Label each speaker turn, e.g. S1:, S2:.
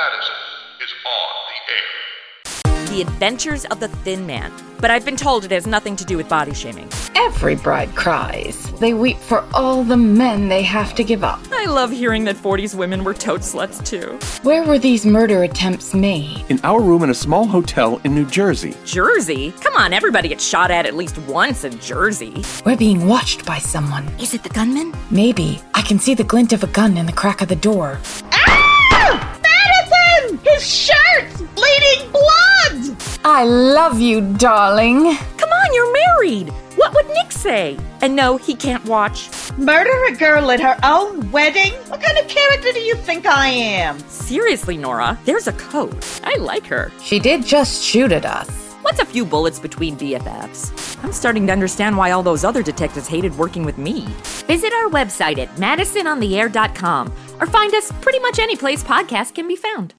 S1: Madison is on the air.
S2: The Adventures of the Thin Man. But I've been told it has nothing to do with body shaming.
S3: Every bride cries. They weep for all the men they have to give up.
S2: I love hearing that 40s women were tote sluts too.
S3: Where were these murder attempts made?
S4: in our room in a small hotel in New Jersey.
S2: Jersey? Come on, everybody gets shot at at least once in Jersey.
S3: We're being watched by someone.
S2: Is it the gunman?
S3: Maybe I can see the glint of a gun in the crack of the door.
S5: Ah! Madison! His shirt's bleeding blood!
S3: I love you, darling.
S2: Come on, you're married! What would Nick say? And no, he can't watch.
S5: Murder a girl at her own wedding? What kind of character do you think I am?
S2: Seriously, Nora, there's a code. I like her.
S3: She did just shoot at us.
S2: What's a few bullets between BFFs? I'm starting to understand why all those other detectives hated working with me. Visit our website at madisonontheair.com or find us pretty much any place podcasts can be found.